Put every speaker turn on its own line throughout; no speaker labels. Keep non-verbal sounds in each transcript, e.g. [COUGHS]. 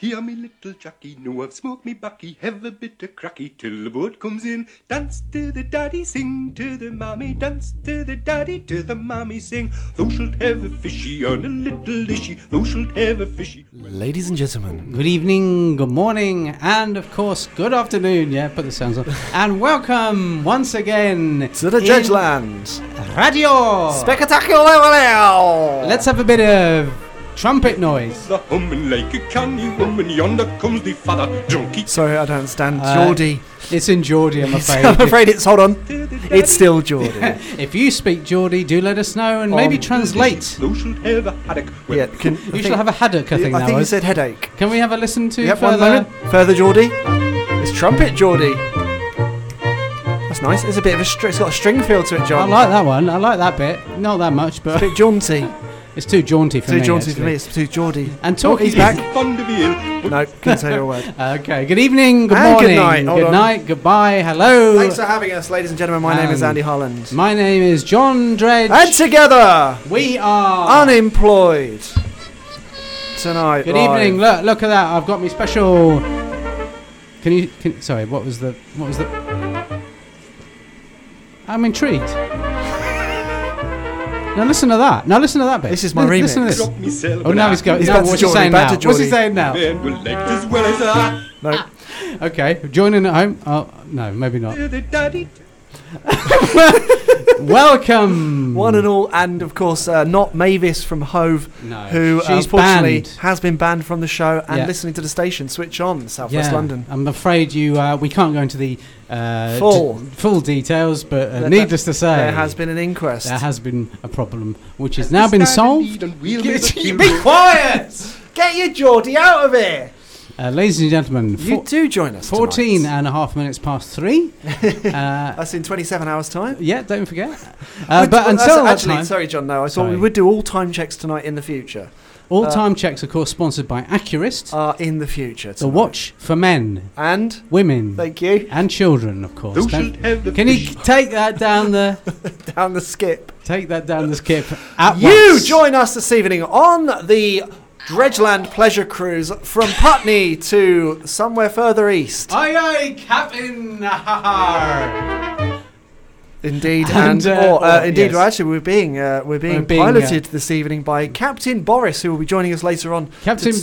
Hear me, little jockey, no, I've smoked me bucky, have a bit of cracky till the boat comes in. Dance to the daddy, sing to the mommy, dance to the daddy, to the mommy, sing. Thou shalt have a fishy on a little ishy, thou shalt have a fishy.
Ladies and gentlemen,
Good evening, good morning, and of course, good afternoon. Yeah, put the sounds on. and welcome once again
to the
in
Judge Land.
Radio.
Spectacular!
Let's have a bit of trumpet noise.
The humming like a canny woman, yonder comes the father, drunky.
Sorry, I don't understand.
Uh,
Geordie.
It's in Geordie, I'm afraid.
I'm afraid [LAUGHS] it's. Hold on.
To the daddy,
It's still
[LAUGHS]
Geordie.
If- if you speak Geordie, do let us know and maybe
Um,
translate.
Thou shalt have a haddock. Well,
yeah, can,
You shall have a haddock, I think
I
that
think you
was.
said headache.
Can we have a listen to
Yep, one
further?
moment. Further Geordie. It's trumpet Geordie. That's nice. It's a bit of a. Str- it's got a string feel to it,
I
John.
like that one. I like that bit. Not that much,
It's a
but
bit jaunty.
it's too jaunty for
Too
me.
jaunty for
actually.
me. It's too Geordie.
And
Oh,
talking
he's back.
Fond of ale,
No, couldn't say a
[LAUGHS]
word.
Okay. Good evening. Good
And good night,
morning.
hold on.
night, Goodbye. Hello.
Thanks for having us, ladies and gentlemen. My name is
Um,
Andy Holland.
My name is John Dredge.
And together,
we are.
unemployed tonight.
Good
live.
evening. Look, look at that. I've got me special. Can you? Can, sorry. What was the? What was the? I'm intrigued. Now listen to that. Now listen to that bit.
This is my
Li- Listen to
remix.
this.
drop myself.
Oh,
an
now he's going.
He's
now
back to
what's he
Geordie,
saying
back
now?
to
What's he
Geordie.
saying now?
And will like as well as I.
No,
Okay, joining at home. Oh no, maybe not.
To the daddy,
Welcome.
one and all, and of course, uh, not Mavis from Hove,
No,
[LAUGHS] who uh,
she's
unfortunately
banned.
has been banned from the show and
Yeah.
listening to the station. Switch on,
Yeah,
Southwest London.
I'm afraid you. Uh, we can't go into the uh,
Full.
d- full details, but uh,
There-
needless to say,
There has been an inquest.
there has been a problem which has now been
Stand in need
solved.
and
[LAUGHS]
we'll make the
You
children
quiet! Get your Geordie out of here!
Uh, ladies and gentlemen,
You
four,
do join us.
14
tonight.
and a half minutes
[LAUGHS]
past three. uh,
That's in 27 hours' time.
yeah,
[LAUGHS]
don't forget. Uh,
Would-
but
well,
until that
that's- actually,
time,
sorry, John. No, I thought
Sorry.
we would do all time checks tonight in the future.
all
uh, Oh,
time checks, of course, sponsored by Accurist,
Are in the future.
the
tonight.
watch for men,
And
women,
thank you [LAUGHS]
and children, of course.
Thou
Don't-
shalt have the
Can you
fish.
take that down the
down the skip.
take that down
[LAUGHS]
the skip at
You
once?
join us this evening on the Dredgeland Pleasure Cruise from Putney to somewhere further east.
Aye, aye, Captain! Ha,
Indeed, and,
And, uh,
or, uh,
or-
indeed,
yes.
well, actually, we're being uh, we're being,
being, uh,
piloted this evening by Captain Boris, who will be joining us later on
ha. Captain
It's-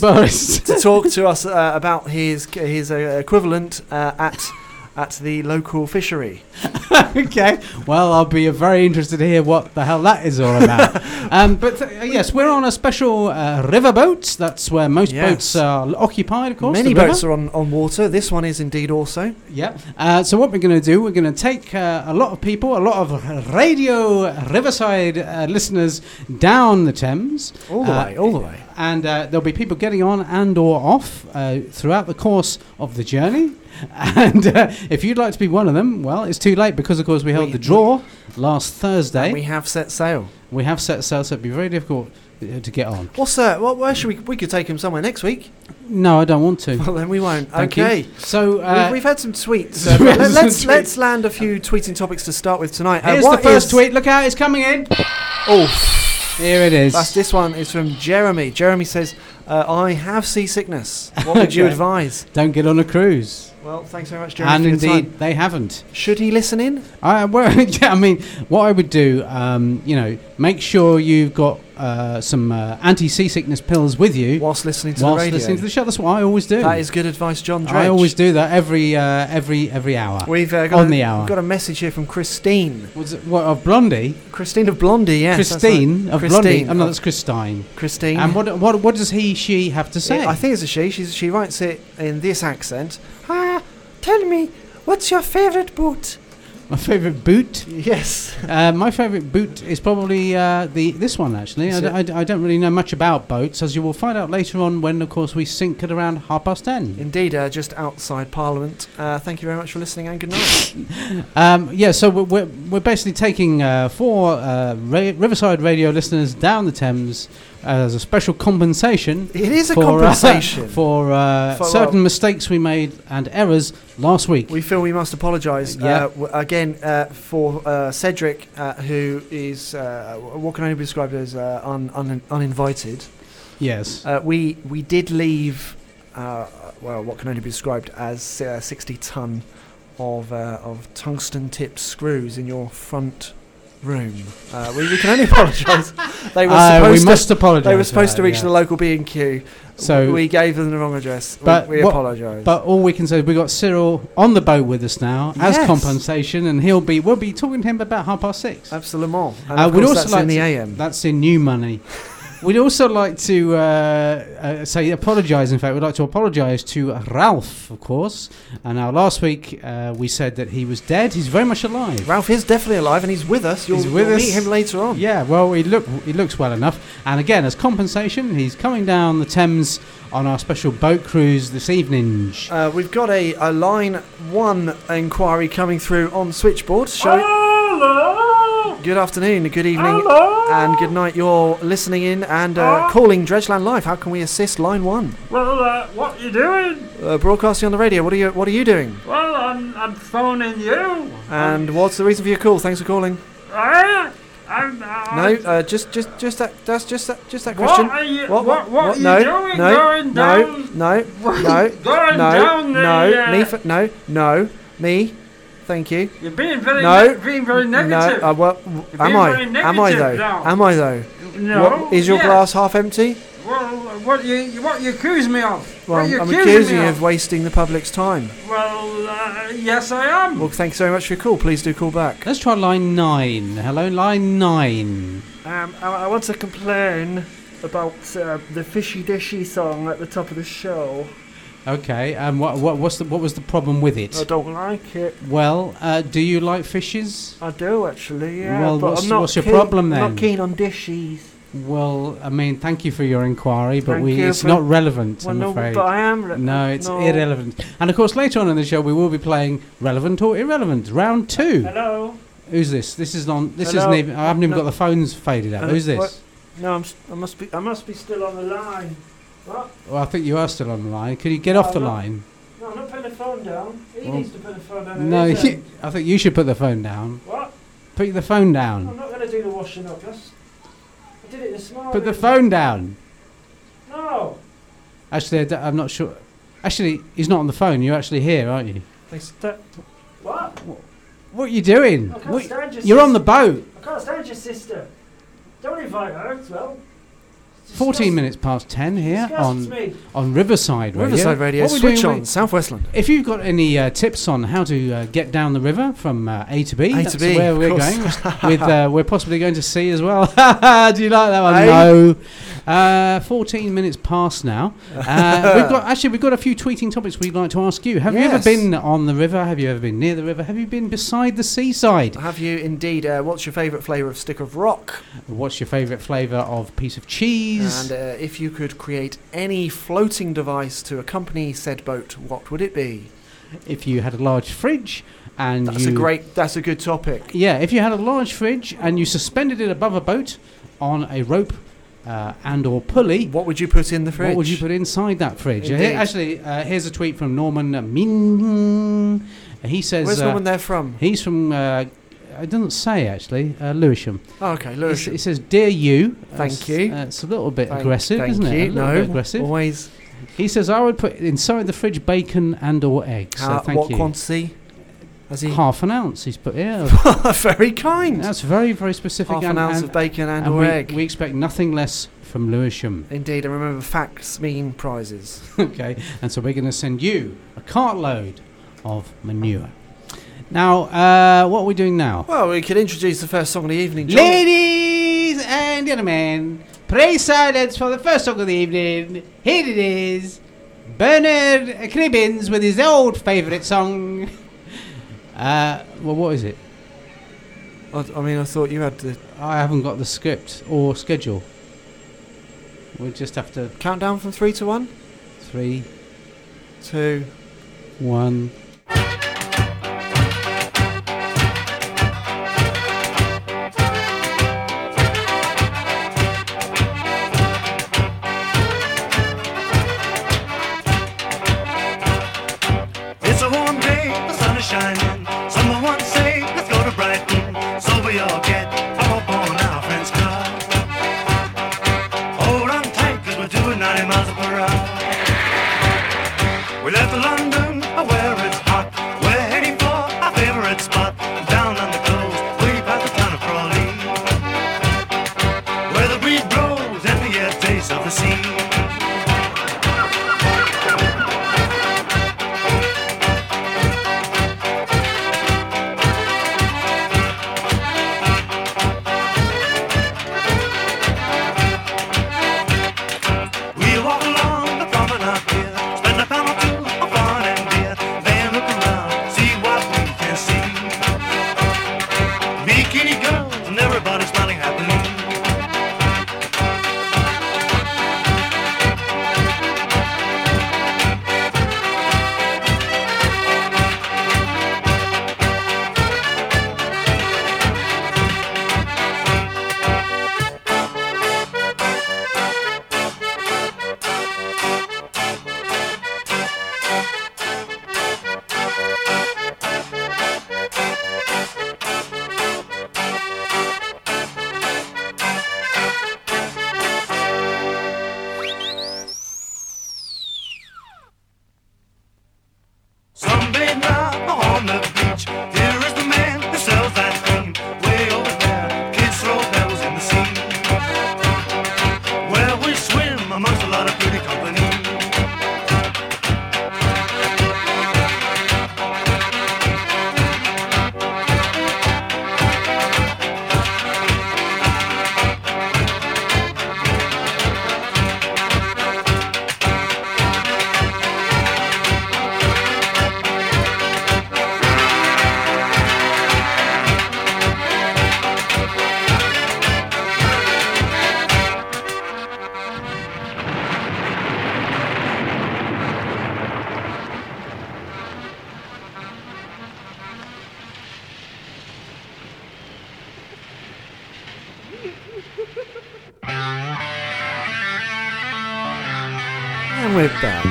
[LAUGHS]
Boris. [LAUGHS]
to talk to us uh, about his his uh, equivalent uh, at at the local fishery.
okay. Well, I'll be very interested to hear what the hell that is all about. um, but uh, yes, we're on a special uh, river boat. That's where most
Yes.
boats are l- occupied, of course.
Many
the river.
boats are on, on water. This one is indeed also.
Yeah. Uh, so what we're going to do, we're going to take uh, a lot of people, a lot of radio Riverside uh, listeners down the Thames.
All the
Uh,
way, all the way.
and uh, there'll be people getting on and or off uh, throughout the course of the journey [LAUGHS] and uh, if you'd like to be one of them well it's too late because of course we held
We-
the draw last thursday
And we have set sail.
we have set sail so it'd be very difficult uh, to get on
What's that? Well, where should we? We could take him somewhere next week.
no i don't want
[LAUGHS]
to
Well, then we won't.
Thank you.
okay.
so uh,
we've, we've had some tweets.
[LAUGHS] We've had
let,
some
us
tweets.
let's land a few tweeting topics to start with tonight. Uh,
here's
what
the first
is-
tweet look out it's coming in
Oh,
here it is
that's this one is from Jeremy. Jeremy says, uh, "I have seasickness. What would you
Okay.
advise?"
don't get on a cruise
Well, thanks very much, Jeremy.
and
for your
indeed
time.
they haven't
should he listen in?
I, [LAUGHS] well, yeah, I mean, what I would do, um, you know, make sure you've got uh, some uh, anti-seasickness pills with you
Whilst listening to
whilst
the radio.
listening to the show. That's what I always do.
that is good advice, John. Dredge.
I always do that every uh, every every hour.
We've uh, got
on
a,
the hour.
Got a message here from Christine.
What's it, what of Blondie?
Christine of Blondie. Yes. that's right.
Christine of Blondie.
Christine
Oh, no,
of-
that's Christine.
Christine.
And what what what does he she have to say?
Yeah, I think it's a she. She's, she writes it in this accent. Ah, tell me, what's your favourite boot?
my favourite boot.
Yes.
Uh, my favourite boot is probably uh, the this one actually.
Is
I, d-
it?
I d- I don't really know much about boats, as you will find out later on when, of course, we sink at around half past ten.
[LAUGHS] Indeed, uh, just outside Parliament. Uh, thank you very much for listening and good night.
Um, yeah, so we're, we're, we're basically taking uh, four uh, ra- Riverside radio listeners down the Thames as a special compensation.
it is a
for, uh,
compensation.
[LAUGHS] for, uh,
For,
certain
well-
mistakes we made and errors last week.
we feel we must apologise
Yeah.
uh, w- again uh, for uh, Cedric, uh, who is uh, w- what can only be described as uh, un- un- uninvited.
yes.
Uh, we we did leave uh, well, what can only be described as uh, 60 ton of uh, of tungsten tipped screws in your front room. Uh, we, we can only [LAUGHS] apologise. They were
Uh,
supposed
we
to
must apologise.
they were
for
supposed
that,
to reach
yeah.
the local B and Q.
So-
we gave them the wrong address. We-
But
we,
what-
apologise.
But all we can say is we got Cyril on the boat with us now as
Yes.
compensation, and he'll be we'll be talking to him about half past six.
Absolutely. And
I
of
would
course
Uh, also
that's
like
in the
to-
AM.
That's in new money. [LAUGHS] We'd also like to uh, uh, say apologise. In fact, we'd like to apologise to Ralph, of course. And now last week uh, we said that he was dead. He's very much alive.
Ralph is definitely alive and he's with us. You'll,
He's with
you'll
us.
meet him later on.
Yeah, well, he look he looks well enough. And again, as compensation, he's coming down the Thames on our special boat cruise this evening.
Uh, we've got a, a line one inquiry coming through on switchboard. Shall
Oh,
we- Good afternoon, good evening, and good night. You're listening in and
Ah.
uh, calling Dredgeland Live. How can we assist line one?
Well, uh, what you doing?
Uh, broadcasting on the radio. What are you What are you doing?
Well, I'm, I'm phoning you. Um,
And what's the reason for your call? Thanks for calling.
Eh? I'm, uh,
No, uh, just just just that that's just that just that
What
question.
are you- what- what are you
no,
doing
No,
going
no,
down- [LAUGHS]
no,
What-
no,
going
no,
down the,
no,
uh,
me, f- no, no, me. Thank you.
You're being very,
No.
ne- being very negative.
No, uh, well, w-
You're
am
being
I?
very
Am I though?
negative now.
Am I though?
no.
What, is your
yes.
glass half empty?
Well, what you, what you accuse me of?
Well,
what you
I'm
accuse
accusing
me
you of wasting the public's time.
Well, uh, yes, I am.
Well, thanks very much for your call. Please do call back.
Let's try line nine. Hello, line nine.
Um, I, I want to complain about uh, the fishy dishy song at the top of the show.
Okay, and what what what's the, what was the problem with it?
I don't like it.
Well, uh, do you like fishes?
I do actually. Yeah,
Well,
but
what's-
I'm not
what's your
keen,
problem
I'm
then?
Not keen on dishies.
Well, I mean, thank you for your inquiry, but
Thank
we
you,
it's
but-
not relevant,
well,
I'm
no,
afraid.
but I am. Re-
no, it's
no.
irrelevant. And of course, later on in the show, we will be playing relevant or irrelevant, round two.
Hello.
Who's this? This is on. This
Hello?
isn't even. I haven't even
No.
got the phones faded out.
Uh,
Who's this?
what? No, I'm. s- I must be. I must be still on the line. What?
Well, I think you are still on the line. Could you get off
Oh,
the
no.
line?
No, I'm not putting the phone down. He
Well,
needs to put the phone down.
no,
he
you,
doesn't.
I think you should put the phone down.
What?
Put the phone down.
I'm not going to do the washing up. That's. I did it this morning.
Put the phone down.
No.
Actually, I d- I'm not sure. Actually, he's not on the phone. You're actually here, aren't you?
That- What?
What are you doing?
I can't
What-
stand your
you're on
sister.
the boat.
I can't stand your sister. Don't invite her as well. It's
14
disgust-
minutes past 10 here
disgusts
on,
me.
on Riverside Radio.
Riverside Radio,
What we're
switch
doing,
on,
we-
Southwestland.
If you've got any uh, tips on how to uh, get down the river from uh, A to B,
A to
that's
B,
where
of
we're
course.
going.
[LAUGHS]
with uh, we're possibly going to sea as well. [LAUGHS] Do you like that one?
Eh?
No. Uh, 14 minutes past now.
[LAUGHS]
Uh, we've got actually we've got a few tweeting topics we'd like to ask you. Have you ever
Yes.
been on the river? Have you ever been near the river? Have you been beside the seaside?
Have you indeed? Uh, what's your favourite flavour of stick of rock?
What's your favourite flavour of piece of cheese?
And uh, if you could create any floating device to accompany said boat, what would it be?
if you had a large fridge and
That's
you,
a great. That's a good topic.
yeah if you had a large fridge and you suspended it above a boat on a rope uh, and or pulley
What would you put in the fridge?
what would you put inside that fridge Uh, here-
Indeed.
actually uh, here's a tweet from norman uh, min he says
Where's
uh,
Norman there from?
he's from uh, it doesn't say actually uh, lewisham
Oh, okay,
It
Lewis.
s- it says dear you
Thank
That's-
you.
uh, it's a little bit
Thank-
aggressive
thank
isn't
you.
it a little
no,
bit aggressive
Always.
he says i would put inside the fridge bacon and or eggs so
Uh,
thank
what
you
quantity? Has he?
half an ounce he's put here of
[LAUGHS] Very kind.
That's very, very specific.
Half
and-
an ounce
and-
of bacon and,
and
or
we,
egg.
we expect nothing less from Lewisham. [LAUGHS]
Indeed, and remember, facts mean prizes.
okay, and so we're going to send you a cartload of manure. Now, uh, what are we doing now?
Well, we could introduce the first song of the evening, John.
Ladies and gentlemen, praise silence for the first song of the evening. Here it is Bernard Cribbins with his old favourite song. [LAUGHS] Uh, well, what is it?
I, I mean, I thought you had the
I haven't got the script or schedule. We just have to
countdown from three to one,
three,
two.
one.
It's a warm day, the sun is shining. Someone once say, let's go to Brighton. So we all get up on our friend's car. Hold on tight, cause we're doing 90 miles per hour. on the beach. Here is the man who sells ice cream. Way over there, kids throw pebbles in the sea. Well, we swim amongst a lot of pretty company.
And we're back.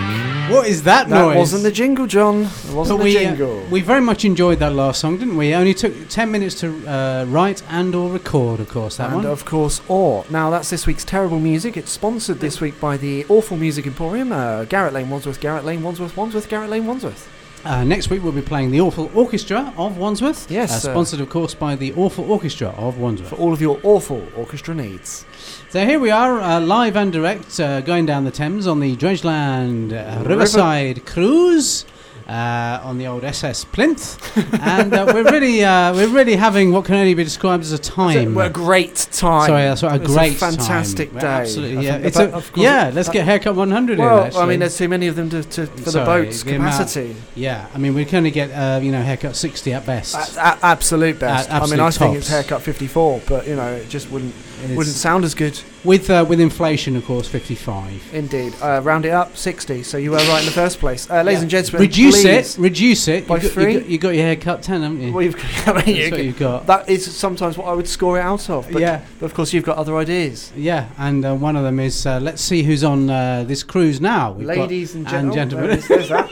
What is that,
That
noise?
wasn't the jingle, John. It wasn't
But
the
we, uh,
jingle.
we very much enjoyed that last song, didn't we? It only took 10 minutes to uh, write and or record, of course, that
and
one.
of course, Or. Now, that's this week's terrible music. It's sponsored this week by the Awful Music Emporium, uh, Garrett Lane, Wandsworth, Garrett Lane, Wandsworth, Wandsworth, Garrett Lane, Wandsworth.
Uh, next week we'll be playing the Awful Orchestra of Wandsworth.
Yes,
Uh,
sir.
sponsored, of course, by the Awful Orchestra of Wandsworth.
For all of your awful orchestra needs.
So here we are, uh, live and direct, uh, going down the Thames on the Dredgeland uh, Riverside Cruise. Uh, on the old SS
[LAUGHS]
plinth, and uh, we're really, uh, we're really having what can only be described as a time.
What a great time.
Sorry, that's what a
It was
great,
fantastic
time.
day. I
Absolutely, yeah.
think.
It's
But
a,
of course-
yeah. Let's get haircut 100 in.
Well,
Actually.
I mean, there's too many of them to, to, for the
Sorry,
boat's
the amount-
capacity.
yeah. I mean, we can only get uh, you know haircut 60 at best.
A- a- absolute best.
At absolute
I mean, I think it's
tops.
haircut 54, but you know, it just wouldn't
It's-
wouldn't sound as good.
with uh, with inflation, of course, 55.
Indeed, uh, round it up 60. So you were right in the first place, uh, ladies
Yeah.
and gentlemen.
Reduce
please,
it. Reduce it.
By
you got,
three?
You got, you got your haircut 10, haven't you?
We've, [LAUGHS] I mean,
That's
you-
what you've got.
that is sometimes what I would score it out of. But,
Yeah.
but of course, you've got other ideas.
yeah, and uh, one of them is uh, let's see who's on uh, this cruise now. We've got-
ladies and, gen-
and
oh,
gentlemen.
there it is, [LAUGHS] there's that.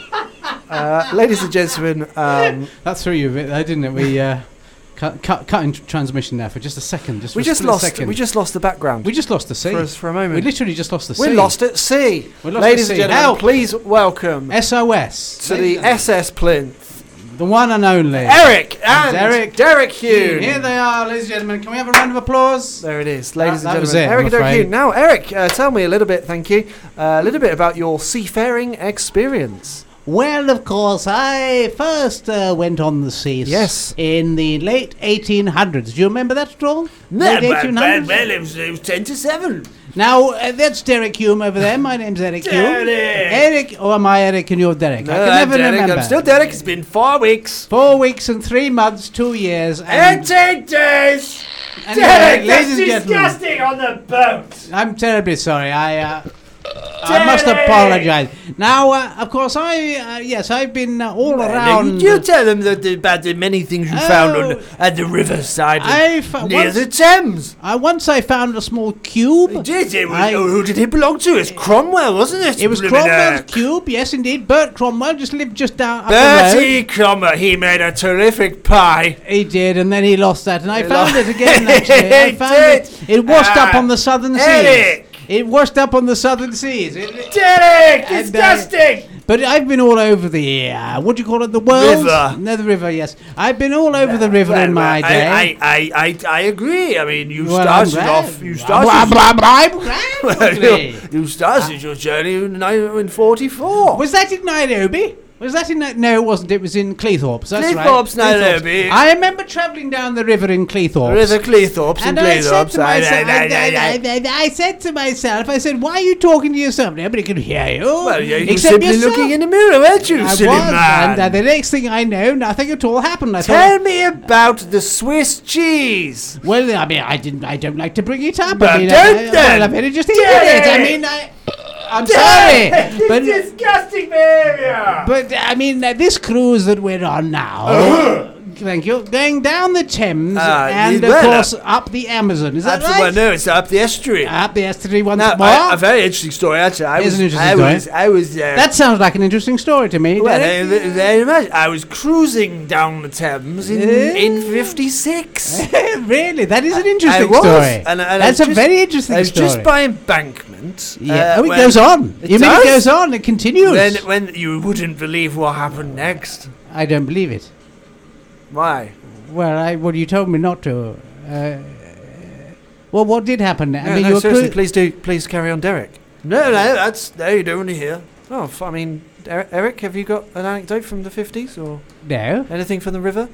Uh, ladies and gentlemen, um,
[LAUGHS] that threw you a bit there, didn't it? We uh, cut, cut cut in tr- transmission there for just a second. Just
we
for
just
a split
lost.
Second.
We just lost the background
we just lost the sea.
for us for a
We
moment.
literally just lost the sea.
We're lost at sea.
We're lost
Ladies
at
and
sea.
gentlemen,
Help!
please welcome
SOS.
to the SS plinth,
The one and only.
Eric and
Derek.
Derek Hume.
Here they are, ladies and gentlemen. Can we have a round of applause?
There it is, ladies
That-
and
that was
gentlemen.
it, I'm
Eric Derek
afraid.
Hume. Now, Eric, uh, tell me a little bit, thank you, uh, a little bit about your seafaring experience.
Well, of course, I first uh, went on the seas.
Yes.
In the late 1800s. Do you remember that at all? late 1800s?
it was, it was 10 to 7.
Now, uh, that's Derek Hume over there. My name's Eric Hume. Eric! Or am I Eric and you're Derek? I
Uh,
can never remember.
Derek. It's been four weeks.
Four weeks and three months, two years. And,
18 days!
anyway, ladies and gentlemen.
on the boat!
I'm terribly sorry. I uh, I must apologise. Now, uh, of course, I uh, yes, I've been uh, all around.
You tell them that the, about the many things you found on,
Oh.
at the riverside and
I fo-
near
uh, once,
the Thames.
I once I found a small cube.
Did it?
I-
oh, who did it belong to? It's Cromwell, wasn't it?
It was
Blimmin'
Cromwell's
heck.
cube, yes, indeed. Bert Cromwell just lived just down up the road.
Bertie Cromwell, he made a terrific pie.
He did, and then he lost that, and I found
lost-
it
[LAUGHS]
again. Actually, I
He
found
did.
it. It washed up
Ah,
on the southern seas.
Eric.
It washed up on the southern seas. It- it-
Derek,
And, uh, But I've been all over the uh, what do you call it? The world?
River.
No, the river. Yes, I've been all over the river in my day.
I, I, I, I agree. I mean, you
Well, I'm
started
glad.
off. You started.
Blah, blah, blah, blah,
Well,
lovely.
you, [LAUGHS] you started your journey in 1944.
[LAUGHS] Was that in Nairobi? Was that in Ni- no? It wasn't. It was in Cleethorpes. That's right.
Cleethorpes, Nairobi.
I remember travelling down the river in Cleethorpes.
River Cleethorpes and
And I said,
Cleethorpes.
to myself,
Aye, aye,
I,
aye, aye, aye.
I- I- I said to myself, I said, why are you talking to yourself? Nobody can hear you.
Well, you you
except
simply
yourself.
looking in the mirror, weren't you,
I was,
silly man?
and uh, the next thing I know, nothing at all happened. I thought,
Tell me about the Swiss cheese.
Well, I mean, I didn't. I don't like to bring it up.
But
I mean,
don't
I,
then.
I, well, I mean, just did it. I
it.
mean, I. I'm [LAUGHS]
[LAUGHS]
sorry, but
disgusting behavior.
but I mean uh, this cruise that we're on now. Thank you. Going down the Thames
Uh-huh. Ah,
and
the
of
weather.
course up the Amazon. Is that
That's the one.
right?
No, it's up the estuary.
Up the estuary once
Now,
more.
I- a very interesting story. Actually, I
It
was,
is an interesting
I
story.
was, I was, uh,
that sounds like an interesting story to me.
well,
Derek.
I- I- I imagine- I was cruising down the Thames in
Eh?
in '56.
[LAUGHS] really, that is an interesting
I was,
story.
and- and I
That's a
just-
very interesting
Uh,
story.
just by embankment. uh,
yeah. oh, it
when-
goes on.
It
you mean
does?
it goes on? It continues.
When, when you wouldn't believe what happened next.
I don't believe it.
Why?
Well, I, well, you told me not to. Uh, well, what did happen? I
No,
mean,
no,
you were
seriously,
cru-
please do, please carry on, Derek.
No, no, that's no, you don't want to hear.
Oh, f- I mean,
Er-,
Eric, Eric, have you got an anecdote from the 50s or
no,
anything from the river?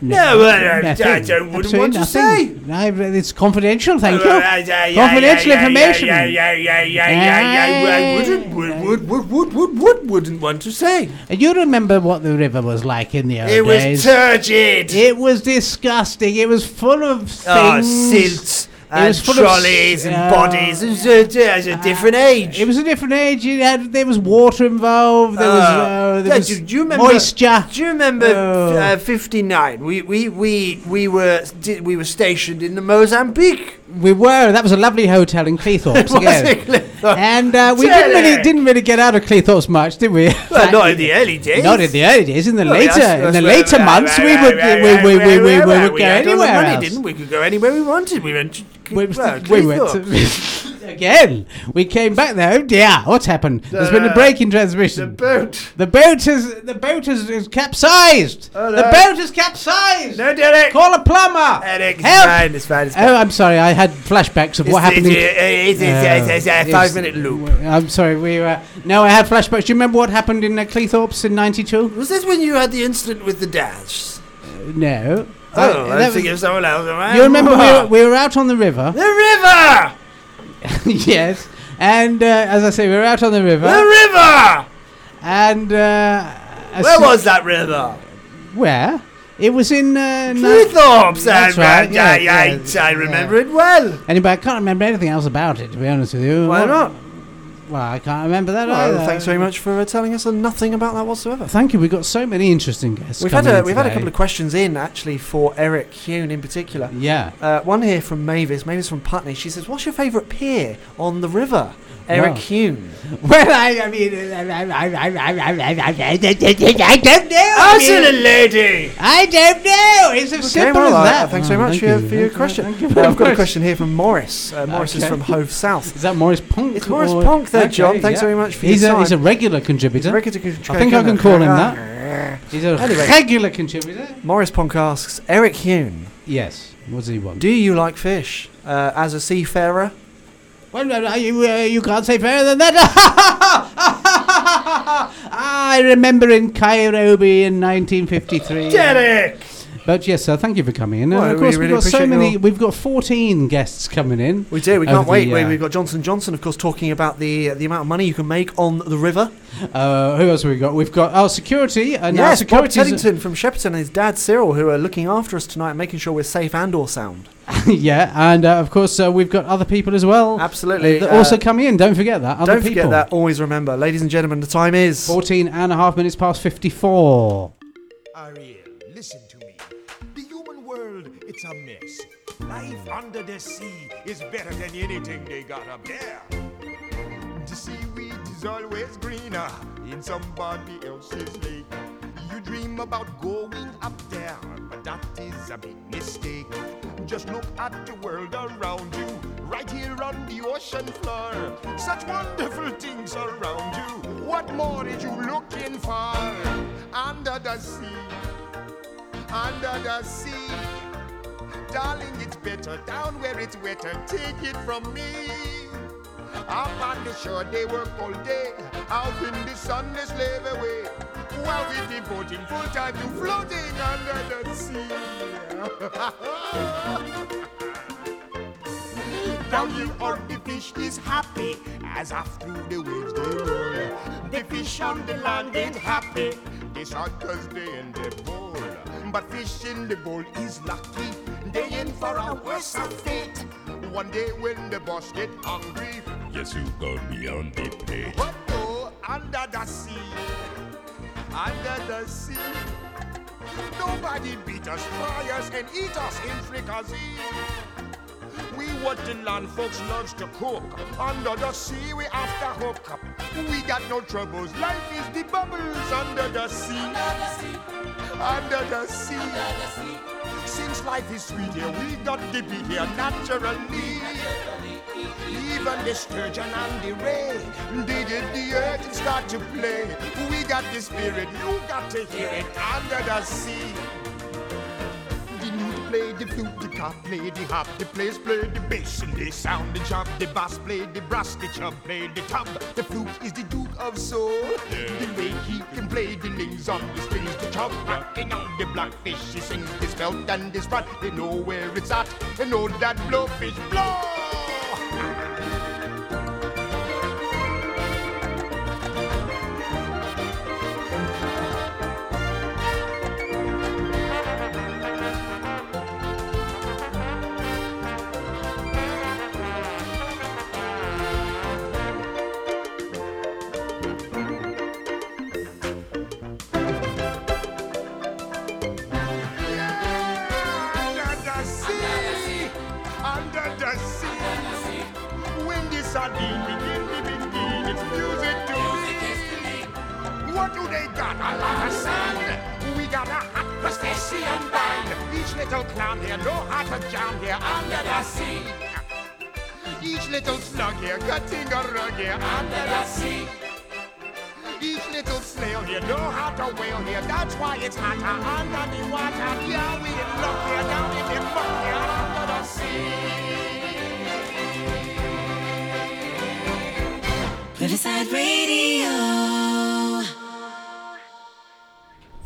No, well, I, I,
nothing,
I don't wouldn't
absolutely
want to say.
nothing. No, it's confidential. Thank you. Confidential
Confidential
information.
Yeah, yeah, yeah, yeah, yeah, yeah. I wouldn't, would, would, would, would, would, would, wouldn't want to say.
And you remember what the river was like in the old
It was
Oh, days?
turgid.
it was disgusting. It was full of things.
Oh, silt and
was full of s-
trolleys and
uh,
bodies. It was a, it was a different age.
It was a different age. You had there was water involved. There was,
Uh,
uh, there
yeah,
was
do- do you remember-
moisture.
Do you remember
Oh.
uh, 59? We, we, we, we, were, di- we were stationed in the Mozambique.
We were. That was a lovely hotel
[LAUGHS]
in Cleethorpes again. And uh, we didn't
Tell
really
it.
didn't really get out of Cleethorpes much, did [LAUGHS] we?
Well, not in the early days.
Not in the early days. In the
Well,
later,
that's-
in the
that's
later
where-
months, we
where-
would
where-
we we we
where-
we,
where-
we
where
would
we
go
had all the
anywhere
money,
else.
didn't we? We could go anywhere we wanted. We went. To, well,
We, [LAUGHS] we went.
Cleethorpes.
to- [LAUGHS] again, we came back there. Oh dear, what's happened? There's been a break in transmission. The boat. The boat has the boat has, has capsized. the boat has capsized.
Oh, No, Derek.
Call a plumber.
Derek, it's
Help.
fine. It's fine. It's fine.
Oh, I'm sorry. I had flashbacks of what happened. in-
It's, it's, it's, it's, it's a
Yes.
five-minute loop.
Uh, I'm sorry, we were. No, I had flashbacks. Do you remember what happened in uh, Cleethorpes in '92?
Was this when you had the incident with the dash?
No.
Oh, I,
that
was thinking of someone else. am I?
you remember we were, we were out on the river?
[LAUGHS]
[LAUGHS]
the river?
yes. And uh, as I say, we were out on the river.
The river.
and uh, a
Where
s-
was that river?
[LAUGHS] where? It was in uh, Ni-
Cleethorpes.
That's
I,
right,
I,
yeah,
I,
yeah,
I, I remember it well.
anyway, I can't remember anything else about it. To be honest with you,
Why
What-
not?
Well, I can't remember that
Well,
either.
thanks very much for uh, telling us uh, nothing about that whatsoever.
Thank you. We've got so many interesting guests.
We've had
coming
a,
in
we've had a
today.
couple of questions in actually for Eric Hune in particular.
Yeah.
Uh, one here from Mavis. Mavis from Putney. She says, "What's your favourite pier on the river?" Eric
Wow.
Hune.
Well, I, I mean, I, I, I, I, I, I, I don't know. I
Answer the lady.
I don't know. It's as simple
well,
as
uh,
that.
Thanks very
Oh,
much
thank
for,
you.
for your
Thank you,
question.
thank you
Uh,
very
I've got a
much.
question here from Morris. Uh, Morris is
Okay.
from Hove South.
Is that Morris Punk?
It's Morris
or-
Punk there, John.
Okay,
Thanks
yeah.
very much for
He's
your
a,
time.
he's a regular contributor. I think I can call him that.
Ah.
He's a
Anyway.
regular contributor.
Morris Ponk asks Eric Hune,
Yes. What does he want?
do you like fish uh, as a seafarer?
Well, no, no, you, uh, you can't say fairer than that. [LAUGHS] I remember in Nairobi in 1953.
Derek.
But yes, sir, thank you for coming in. And
Well,
of
we
course,
really
we've got so
appreciate
many.
your-
We've got 14 guests coming in.
We do. We
Of
can't
the,
wait. We-
uh,
We've got Johnson Johnson, of course, talking about the uh, the amount of money you can make on the river.
Uh, who else have we got? We've got our security. And our
yes, Bob
security's-
Teddington from Shepperton and his dad Cyril, who are looking after us tonight, making sure we're safe and or sound.
[LAUGHS] yeah, and uh, of course, uh, we've got other people as well.
Absolutely.
That
Uh,
also coming in. Don't forget that. Other
Don't
people.
forget that. Always remember, ladies and gentlemen, the time is.
14 and a half minutes past 54.
Ariel, listen to me. The human world, it's a mess. Life under the sea is better than anything they got up there. The seaweed is always greener in somebody else's lake. You dream about going up there, but that is a big mistake. Just look at the world around you, right here on the ocean floor. Such wonderful things around you. What more is you looking for? Under the sea under the sea. Darling, it's better down where it's wetter. Take it from me. Up on the shore, they work all day. Out in the sun, they slave away. While we devoting full time to floating under the sea. [LAUGHS] Down here on the fish is happy as off through the waves they roll. The fish on the land ain't happy. They shot cause they in the bowl. But fish in the bowl is lucky. They in for a worse of fate. One day when the boss get hungry,
Yes, you gonna be on the plate.
what go under the sea? Under the sea. Nobody beat us, fry us, and eat us in fricassee. We what the land folks loves to cook. Under the sea, we after hook up. We got no troubles. Life is the bubbles under the sea. Under the sea. Since life is sweet here, we got to be here naturally. Even the sturgeon and the ray, they did the earth and start to play. We got the spirit, you got to hear it under the sea. played the flute, the cop played the hop, the players played the bass, and they sound the chop, the bass played the brass, the chub played the tub. The flute is the duke of soul. The way he can play the lings on the strings, the chub rocking on the blackfish. He sings the spelt and the sprat, they know where it's at, and know that blowfish blow. Under the sea, under the sea. When the sardine begin to begin, it's music to me. What do they got? A lot of sand. We got a hot crustacean band. Each little clown here, no heart of jam here under the sea. Each little slug here, cutting a rug here under the sea. Each little snail here know how to wail here. That's why it's hotter under the water. Yeah, we in luck here, down in the muck here, under the sea.
Riverside Radio.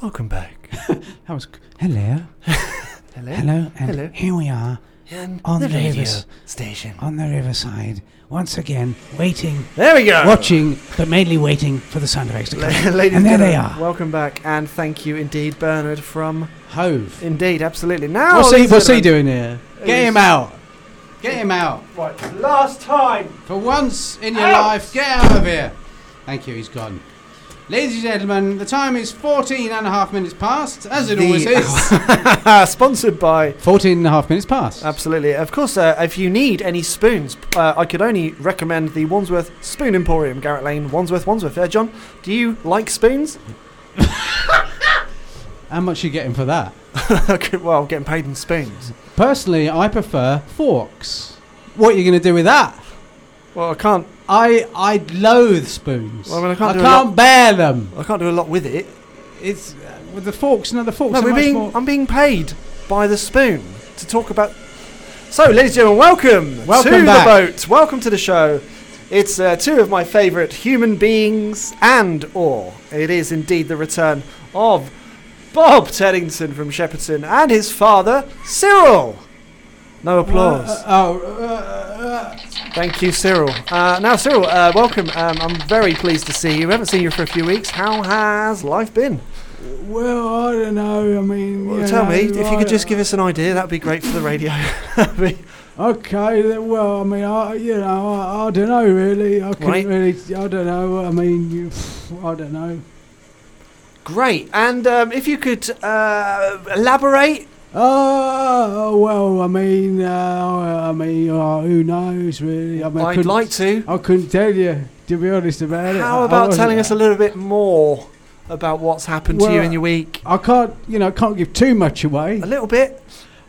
Welcome back.
[LAUGHS] That was. Hello.
Hello.
Hello. And
Hello.
here we are
And
on the,
radio
rivers,
station.
on the riverside, once again, waiting,
There we go.
watching, but mainly waiting for the sound effects to come.
[LAUGHS] Ladies
and there they
gentlemen,
are.
Welcome back, and thank you indeed, Bernard from
Hove.
Indeed, absolutely. Now,
What's he,
ladies and
what's he
gentlemen-
doing here? Get him out. Get him out.
Right, last time.
For once in your life, get out of here. Thank you, he's gone. Ladies and gentlemen, the time is 14 and a half minutes past, as it
The-
always is.
Sponsored by
14 and a half minutes past.
Absolutely. Of course, uh, if you need any spoons, uh, I could only recommend the Wandsworth Spoon Emporium, Garrett Lane, Wandsworth, Wandsworth. Uh, John, do you like spoons? [LAUGHS]
How much you getting for that?
Okay, well, getting paid in spoons.
Personally, I prefer forks. What are you going to do with that?
Well, I can't.
I I loathe spoons.
Well, I mean, I can't do a
bear them.
I can't do a lot with it.
It's uh, with the forks. No, the forks
No,
are
we're
much
being,
more.
I'm being paid by the spoon to talk about. So, ladies and gentlemen, welcome,
Welcome
to
back.
the boat. Welcome to the show. It's uh, two of my favourite human beings and or. It is indeed the return of Bob Teddington from Shepperton and his father, Cyril. No applause.
Uh, oh, uh, uh,
Thank you, Cyril. Uh, now, Cyril, uh, welcome. Um, I'm very pleased to see you. We haven't seen you for a few weeks. How has life been?
uh, well, I don't know. I mean,
Well,
you
tell
know,
me, if you
I-
could just give us an idea, that'd be great for the radio. [LAUGHS]
Okay, th- well, I mean, I, you know, I, I don't know really. I couldn't
Right.
really, I don't know. I mean, you, I don't know.
great. And um, if you could uh, elaborate.
Oh, well, I mean, uh, I mean, uh, who knows really? I mean, I
I'd
couldn't-
like to.
I couldn't tell you, to be honest about it. I-
How
I
about
wasn't-
telling us a little bit more about what's happened to you
Well,
in your week?
I can't, you know, can't give too much away.
A little bit,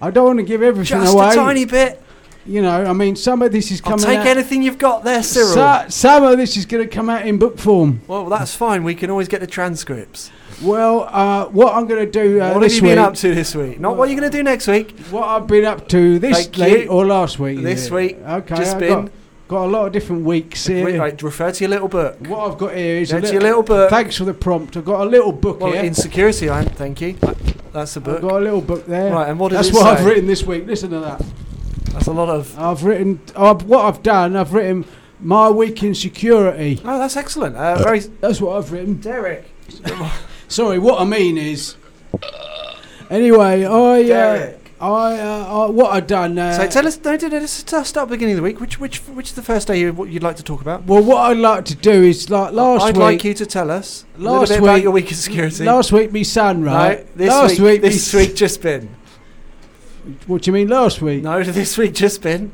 I don't want to give everything
just
away.
a tiny bit.
You know, I mean, some of this is
I'll
coming
take
out.
anything you've got there, Cyril.
So- some of this is going to come out in book form.
well, that's fine. We can always get the transcripts.
Well, uh, what I'm going to do uh,
what have
this
you been
week,
up to this week? Not what you're going to do next week.
what I've been up to this
Thank
week
you.
or last week.
This
yeah.
week,
okay,
just
I've
been-
got, got a lot of different weeks here.
Wait, right, refer to your little book.
What I've got here is
Refer
a
to your little book.
Thanks for the prompt. I've got a little book
Well,
here.
insecurity. I thank you. That's a
I've
book.
got a little book there.
Right, and what does
That's
it
what
say?
I've written this week. Listen to that.
That's a lot of.
I've written I've, what I've done. I've written my week in security.
Oh, that's excellent. Uh, very
That's what I've written.
Derek.
Sorry, what I mean is. Anyway, I uh,
Derek.
I, uh, I what I done. Uh,
So tell us, no, no, no, let's start start beginning of the week. Which which which is the first day you, what you'd like to talk about?
well, what I'd like to do is like last
I'd
week.
like you to tell us a little
last
bit about
week-
your week in security.
Last week, me son,
No,
right?
this
last
week,
week, me
this
s-
week just been.
What do you mean last week?
No, this week just been.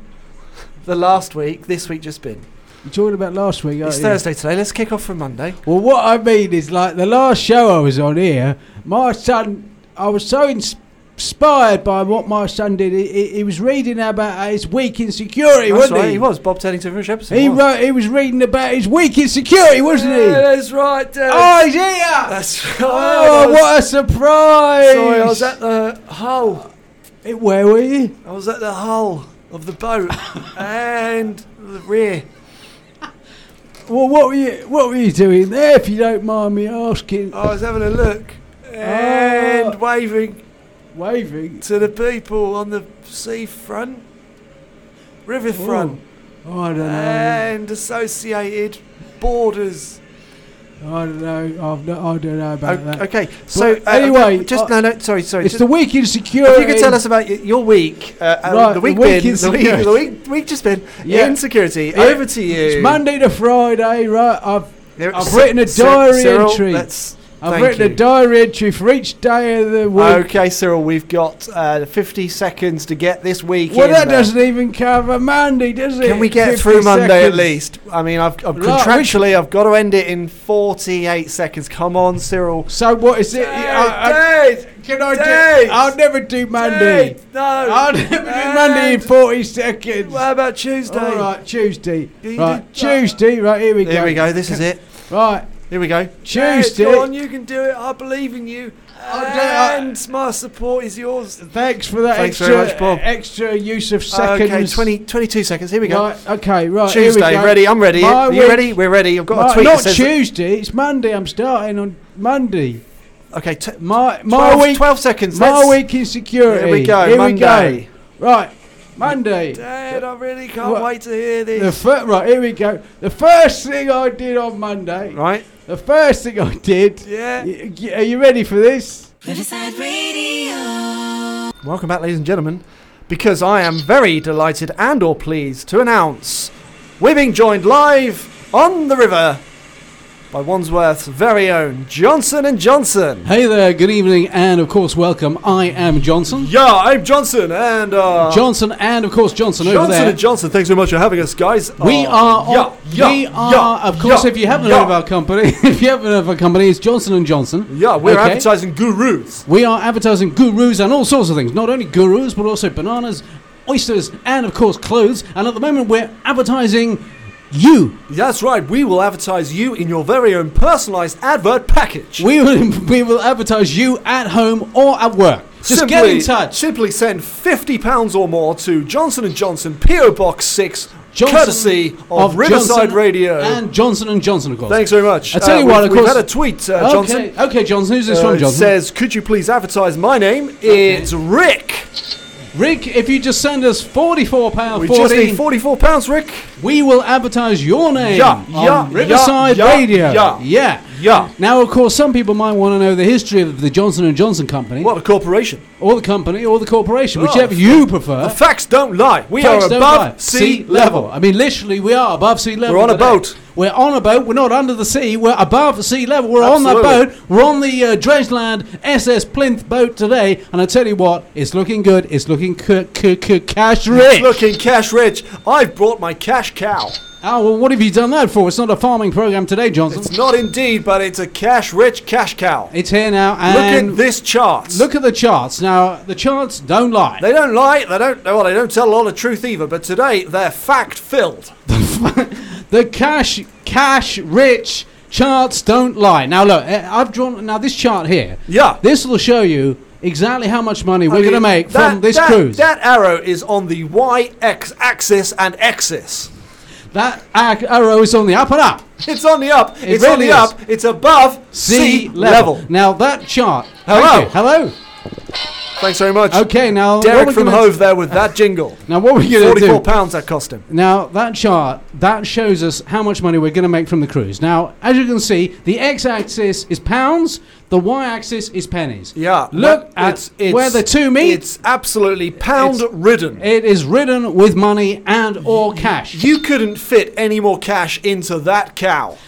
The last week, this week just been.
You're talking about last week.
It's
aren't you?
Thursday today. Let's kick off from Monday.
Well, what I mean is, like, the last show I was on here, my son, I was so ins- inspired by what my son did. He, he, he was reading about his week in security,
That's
wasn't
right.
he?
He? was Bob Teddington from Shepperson.
He
was.
wrote, he was reading about his week in security, wasn't
Yeah,
he?
that's right. Derek.
Oh, he's here!
that's right.
oh,
I was-
what a surprise!
Sorry, I was at the Hull
Hey, where were you? I was at the hull of the boat and the rear.
Well, what were you what were you doing there? If you don't mind me asking,
I was having a look and
Ah.
waving,
waving
to the people on the seafront, riverfront,
Oh, I don't know.
and associated borders.
I don't know. I've no, I don't know about that.
Okay,
But
so uh,
anyway,
just
I-
no, no, sorry, sorry.
It's
just-
the week insecure.
If you could tell us about y- your week, uh, uh,
Right,
the
the
week,
week
been,
in
the week, the
security.
week, week just been,
Yeah.
insecurity.
Yeah.
Over to you.
It's Monday to Friday, right? I've
There-
I've
Cy-
written a
Cy-
diary
Cyril,
entry.
let's-
I've
thank
written
you.
a diary entry for each day of the week.
Okay, Cyril, we've got uh, 50 seconds to get this week.
Well,
in uh,
that
there.
doesn't even cover Monday, does it?
Can we get
50
through Monday at
seconds.
least? I mean, I've, I've
Right,
contractually, I've got to end it in 48 seconds. Come on, Cyril.
So what is it? I- I- Can I do? I'll never do Monday.
Dave, no.
I'll never do Monday in forty seconds. What
about Tuesday?
All right, Tuesday.
you
Right, Tuesday. Right, here we go.
Here we go. This is it.
Right.
Here we go.
Tuesday.
Go on, you can do it. I believe in you. And my support is yours.
Thanks for that
Thanks
extra
very much, Bob.
extra use of seconds.
Okay, 20, 22 seconds. Here we go.
Right, okay, right. here we
Tuesday.
go.
Ready? I'm ready.
My
Are you
week-
ready? We're ready. I've got
my-
a tweet. that
Not
says that-
Tuesday. It's Monday. I'm starting on Monday.
Okay, t-
my my
12
week.
12 seconds.
My
Let's-
week insecurity.
Here we go,
Here
Monday.
we go. Right, Monday.
Dad, I really can't
What?
wait to hear this.
The fir- right here we go. The first thing I did on Monday.
Right.
The first thing I did.
Yeah.
are you ready for this?
Riverside Radio.
Welcome back, ladies and gentlemen, because I am very delighted and or pleased to announce we're being joined live on the river by Wandsworth's very own Johnson and Johnson.
Hey there. Good evening, and of course, welcome. I am Johnson.
Yeah, I'm Johnson and uh,
Johnson, and of course, Johnson over
Johnson
there.
and Johnson. Thanks very much for having us, guys.
We
Uh,
are, on,
yeah, yeah,
we are,
yeah,
of course.
yeah,
if you haven't
yeah.
heard of our company, [LAUGHS] if you haven't heard of our company, it's Johnson and Johnson.
yeah, we're
Okay?
advertising gurus.
We are advertising gurus and all sorts of things. Not only gurus, but also bananas, oysters, and of course clothes. And at the moment, we're advertising you.
That's right. We will advertise you in your very own personalised advert package.
We will we will advertise you at home or at work. Just
simply,
get in touch.
Simply send fifty pounds or more to Johnson and Johnson PO Box Six,
Johnson-
courtesy of, Riverside
Johnson
Radio.
and Johnson and Johnson, of course.
Thanks very much.
I tell
Uh,
you what,
we've-
of course.
we've had a tweet, uh,
okay,
Johnson.
Okay, Johnson. Who's this
Uh,
from,
it
Johnson?
says, "Could you please advertise my name? It's Rick.
Rick, if you just send us forty-four pound
We just
forty,
need forty-four pounds, Rick.
we will advertise your name
Yeah,
on
yeah,
Riverside
yeah, yeah,
Radio.
yeah.
yeah.
Yeah.
Now, of course, some people might want to know the history of the Johnson and Johnson company,
What a corporation!
or the company, or the corporation,
Oh,
whichever you prefer.
The facts don't lie. We
Facts
are
don't
above
lie.
sea level.
I mean, literally, we are above sea level.
We're on a
today.
boat.
We're on a boat. We're not under the sea. We're above sea level. We're on
Absolutely.
that boat. We're on the uh, Dredgeland SS Plinth boat today. And I tell you what, it's looking good. It's looking c- c- c- cash rich.
It's looking cash rich. I've brought my cash cow.
Oh, well, what have you done that for? It's not a farming program today, Johnson.
It's not indeed, but it's a cash rich cash cow.
It's here now, and
Look at this chart.
look at the charts. Now, the charts don't lie.
They don't lie. They don't. Well, they don't tell a lot of truth either. But today they're fact filled.
The cash, cash rich charts don't lie. Now, look, eh, I've drawn. Now, this chart here.
Yeah.
This will show you exactly how much money
I
we're going to
mean,
make
that-
from this
that-
cruise. That,
That arrow is on the y x axis and axis. [LAUGHS]
ac- arrow is on the up and up.
It's on the up.
It
it's on
really
the
is.
up. It's above sea level.
Now, that chart.
Hello.
Thank you. Hello.
Thanks very much,
Okay, now. what
Derek
we're
from
gonna-
Hove there with that jingle.
[LAUGHS] Now, what we're going to do.
Forty-four pounds that cost him.
Now that chart that shows us how much money we're going to make from the cruise. Now, as you can see, the x-axis is pounds, the y-axis is pennies.
Yeah.
Look
but
at where the two meet.
It's absolutely pound ridden.
It is ridden with money and or cash.
you couldn't fit any more cash into that cow.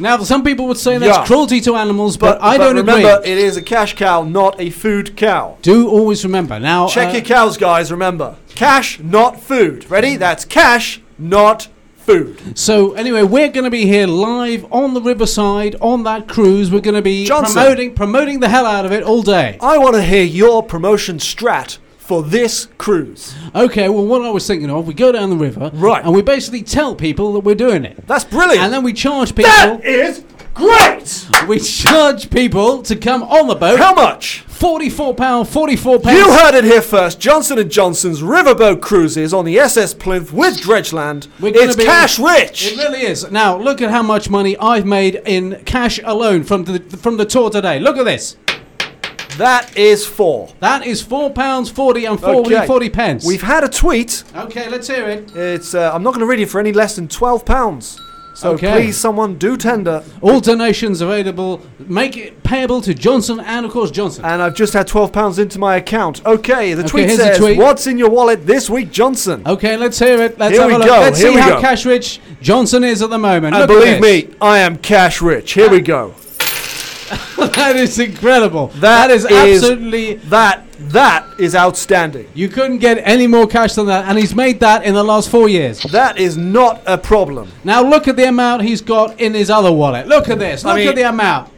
Now, some people would say that's
Yeah.
cruelty to animals, but,
But
I don't
remember,
agree.
it is a cash cow, not a food cow.
Do always remember. Now,
Check
uh,
your cows, guys. Remember, cash, not food. Ready? That's cash, not food.
so anyway, we're going to be here live on the riverside on that cruise. We're going to be
Johnson.
promoting promoting the hell out of it all day.
I want to hear your promotion strat for this cruise.
Okay, well, what I was thinking of, we go down the river,
Right.
and we basically tell people that we're doing it.
That's brilliant.
And then we charge people.
that is great.
we charge people to come on the boat.
How much?
Forty-four pound, forty-four pounds.
You heard it here first. Johnson and Johnson's riverboat cruises on the SS Plinth with Dredgeland.
gonna
It's
be-
cash rich.
It really is. Now look at how much money I've made in cash alone from the from the tour today. Look at this.
That is four.
That is four pounds forty and 40,
Okay.
40 pence.
We've had a tweet.
Okay, let's hear it.
It's uh, I'm not going to read it for any less than twelve pounds. So
Okay.
please, someone do tender.
All donations available. Make it payable to Johnson and of course Johnson.
And I've just had twelve pounds into my account. Okay, the
Okay,
tweet
here's the
says,
tweet. Oh,
"What's in your wallet this week, Johnson?"
Okay, let's hear it. Let's
Here
have
we
a look.
go,
Let's
here
see
we
how
go.
cash rich Johnson is at the moment.
And
Look at
believe
this.
me, I am cash rich. Here we go.
[LAUGHS] that is incredible. that is,
is-
absolutely
that that is outstanding.
You couldn't get any more cash than that, and he's made that in the last four years.
That is not a problem.
Now look at the amount he's got in his other wallet. Look at this.
I
Look
mean-
at the amount.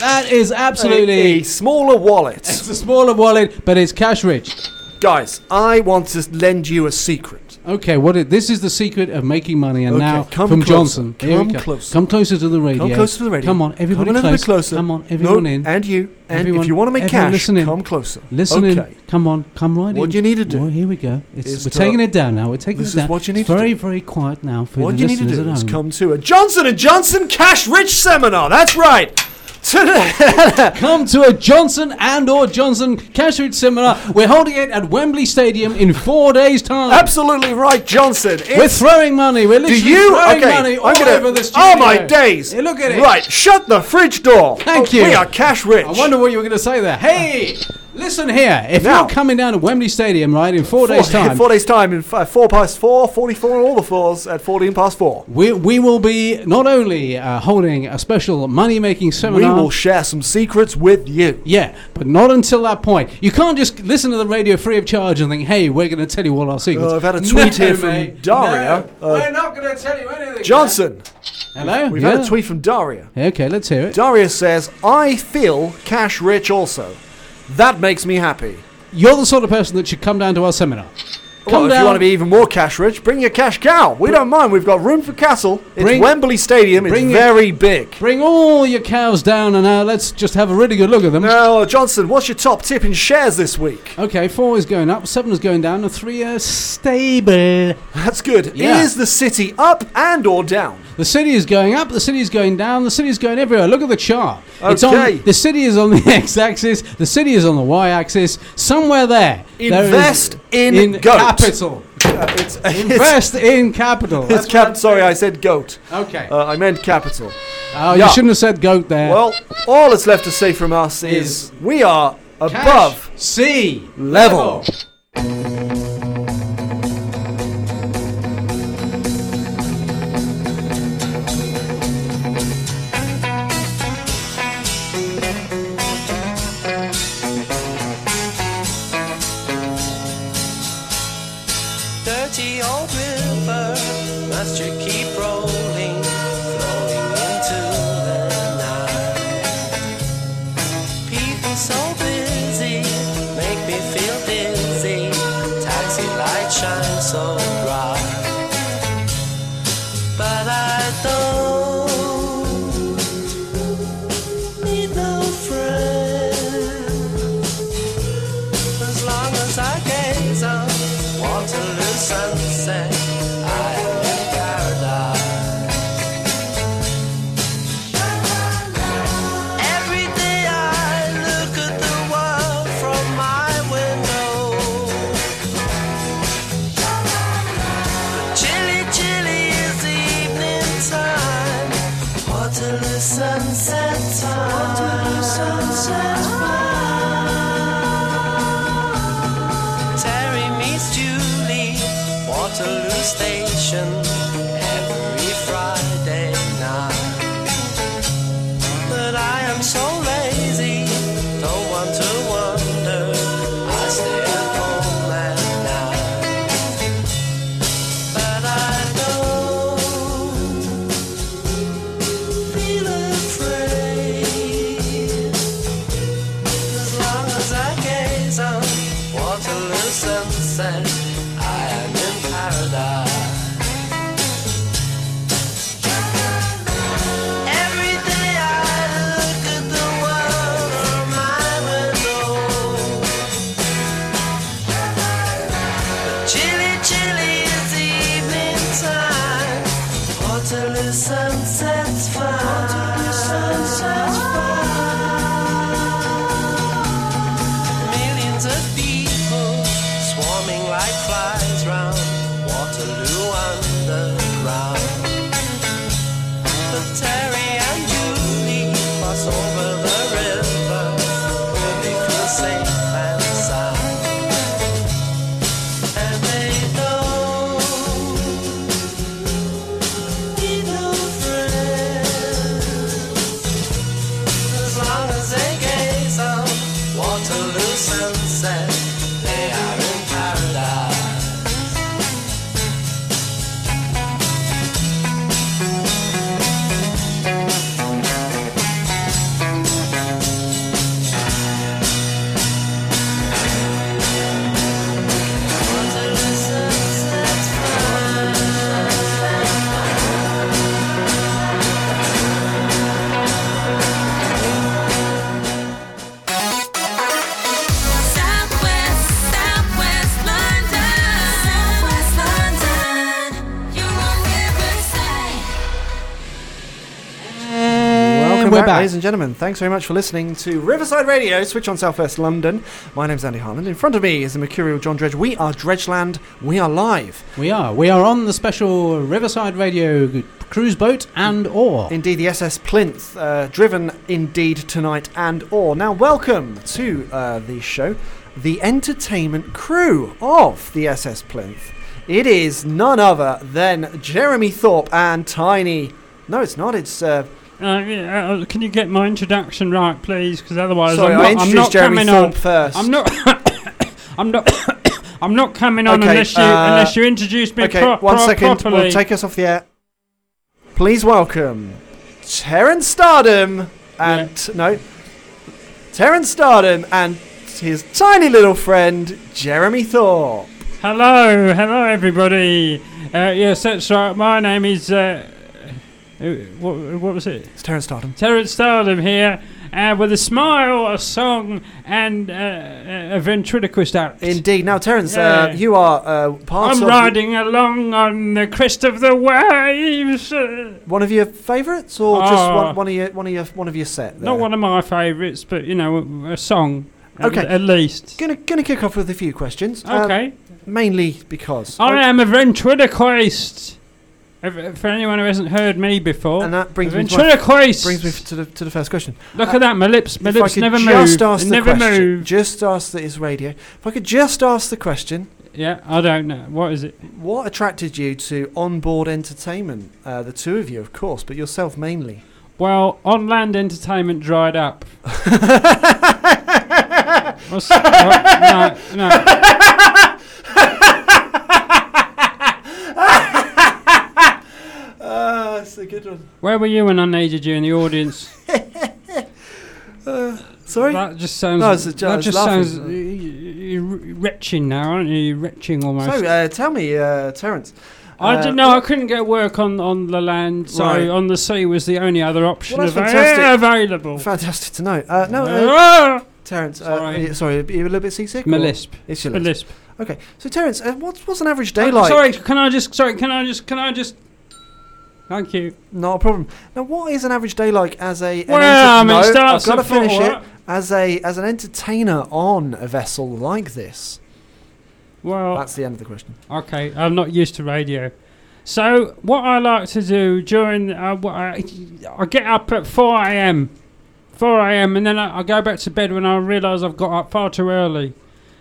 That is
A,
absolutely
a smaller wallet.
it's a smaller wallet, but it's cash rich.
Guys, I want to lend you a secret.
Okay, what is, this is the secret of making money, and
Okay,
now
come
from
closer,
Johnson. Here we
come
go.
closer.
Come closer to the radio.
Come closer to the radio.
Come on, everybody
come a little
close.
bit closer.
Come on, everyone
no,
in.
And you. And
Everyone-
if you want to make
everyone
cash,
listen in.
come closer.
Listen
okay.
in. Come on, come right in.
What you need to do
Well, here we go. It's,
is
we're
to-
taking it down now. We're taking
This
it
is
down.
what you need
it's
to
very, very quiet now for
What
the
you need to
listeners
do
at
is
home.
come to a Johnson and Johnson cash rich seminar. That's right. [LAUGHS] Today.
Come to a Johnson and or Johnson cash rich seminar. We're holding it at Wembley Stadium in four days' time.
Absolutely right, Johnson. It's-
We're throwing money. We're
Do
literally
you?
throwing
Okay.
money
I'm
all
gonna-
over the studio.
Oh my days.
Hey, look at it.
Right. Shut the fridge door.
Thank
Oh,
you.
We are cash rich.
I wonder what you were going to say there. Hey, listen here. If
Now-
you're coming down to Wembley Stadium, right, in four, days' time,
Four [LAUGHS] days time. In f- uh, four past four, 44 on all the floors at 14 past four.
we, we will be not only uh, holding a special money making
We
seminar.
will share some secrets with you.
yeah, but not until that point. You can't just listen to the radio free of charge and think, "Hey, we're going to tell you all our secrets."
Uh, I've had a tweet
No,
here from
mate.
Daria.
No,
Uh,
we're not going to tell you anything.
Johnson.
Hello.
We've
Yeah.
had a tweet from Daria.
Okay, let's hear it.
Daria says, I feel cash rich also. That makes me happy.
You're the sort of person that should come down to our seminar.
well,
Come
if
down.
you want to be even more cash rich, bring your cash cow. We don't mind. We've got room for castle. It's
Bring-
Wembley Stadium. It's
bring it-
very big.
Bring all your cows down, and uh, let's just have a really good look at them.
Now, Johnson, what's your top tip in shares this week?
Okay, four is going up, seven is going down, and three are stable.
That's good.
Yeah.
Is the city up and or down?
The city is going up, the city is going down, the city is going everywhere. Look at the chart. It's
Okay.
on, the city is on the [LAUGHS] x-axis, the city is on the y-axis. Somewhere there. there is-
Invest in goat.
capital.
Uh, it's, [LAUGHS] it's,
Invest in capital.
[LAUGHS] it's cap- sorry, I said goat.
okay.
Uh, I meant capital.
oh,
yeah.
you shouldn't have said goat there.
Well, all that's left to say from us is,
Is-
we are
Cash
above
C
level.
Dirty old river must you keep rolling, flowing into the night. People so busy make me feel dizzy. Taxi light shines so bright, but I don't need no friend. As long as I gaze on Waterloo sunset, I am in paradise. Every day I look at the world from my window. But chilly, chilly is the evening time. Waterloo sunset time. Waterloo sunset Terry meets Julie, Waterloo Station, every Friday night. But I am so lazy, don't want to wander. I stay at home at night. But I don't feel afraid. As long as I gaze on Waterloo sunset, I am in paradise. Every day I
we're
that,
back.
Ladies and gentlemen, thanks very much for listening to Riverside Radio, Switch on Southwest London. My name's Andy Harland. In front of me is the Mercurial John Dredge. We are Dredgeland. We are live.
We are. We are on the special Riverside Radio g- cruise boat and or.
Indeed, the SS Plinth, uh, driven indeed tonight and or. Now, welcome to uh, the show, the entertainment crew of the SS Plinth. It is none other than Jeremy Thorpe and Tiny. No, it's not. It's. Uh,
Uh, yeah, uh, can you get my introduction right, please? Because otherwise,
Sorry,
I'm
I
not, I'm
introduced
not
Jeremy
coming
Thorpe
on
first.
I'm not. [COUGHS] I'm not. [COUGHS] I'm not coming on
Okay,
unless you
uh,
unless you introduce me
okay,
pro-
one
pro-
second.
properly.
We'll take us off the air. Please welcome Terrence Stardom and no, Terrence Stardom and his tiny little friend Jeremy Thorpe.
Hello, hello, everybody. Uh, yes, that's right. My name is. Uh, uh, what, what was it?
It's Terrence Stardom.
Terrence Stardom here, uh, with a smile, a song, and uh, a a ventriloquist act.
Indeed. Now, Terence, uh,
Yeah.
you are uh, part
I'm
of
riding along on the crest of the waves.
One of your favourites, or just one, one of your one of your one of your set.
Ah. Not one of my favourites, but you know, a song. at-
Okay.
At, least.
Gonna gonna kick off with a few questions. um,
Okay.
mainly because
I am a ventriloquist. If- For anyone who hasn't heard me before, and that
brings
a
me to my-
ventriloquist.
brings me to the to the first question.
Look
Uh,
at that, my lips, my
if I
lips
could
never move.
just ask
They
the
never
question,
move.
Just ask that is radio. If I could just ask the question.
Yeah, I don't know. What is it?
What attracted you to onboard entertainment? Uh, the two of you, of course, but yourself mainly.
Well, on land entertainment dried up. What's- what? no, no.
Ah, that's a good one.
Where were you when I needed you in the audience?
Uh, [LAUGHS] sorry.
That just sounds.
No, it's a- I
that
was
just
laughing.
sounds. you- you- You're retching now, aren't you? You're retching almost.
So, uh, tell me, uh, Terence.
I
uh,
didn't know. I couldn't get work on, on the land, so
Right.
on the sea was the only other option
Well, that's
ava-
fantastic.
available.
Fantastic to know. Uh, no,
Ah!
uh, Terence. Uh,
Sorry.
sorry. sorry, are you a little bit seasick?
My
or-
lisp.
It's your
My
lisp.
lisp.
Okay, so Terence, uh, what's, what's an average day like?
Sorry, can I just? Sorry, can I just? Can I just? Thank you.
Not a problem. Now, what is an average day like as a? an
Well,
enter-
I mean, it
no,
starts
I've got to
at four,
finish it
right?
as a as an entertainer on a vessel like this.
Well,
that's the end of the question.
Okay, I'm not used to radio. So what I like to do during uh, what I, I get up at 4 a.m. 4 a.m. and then I, I go back to bed when I realise I've got up far too early.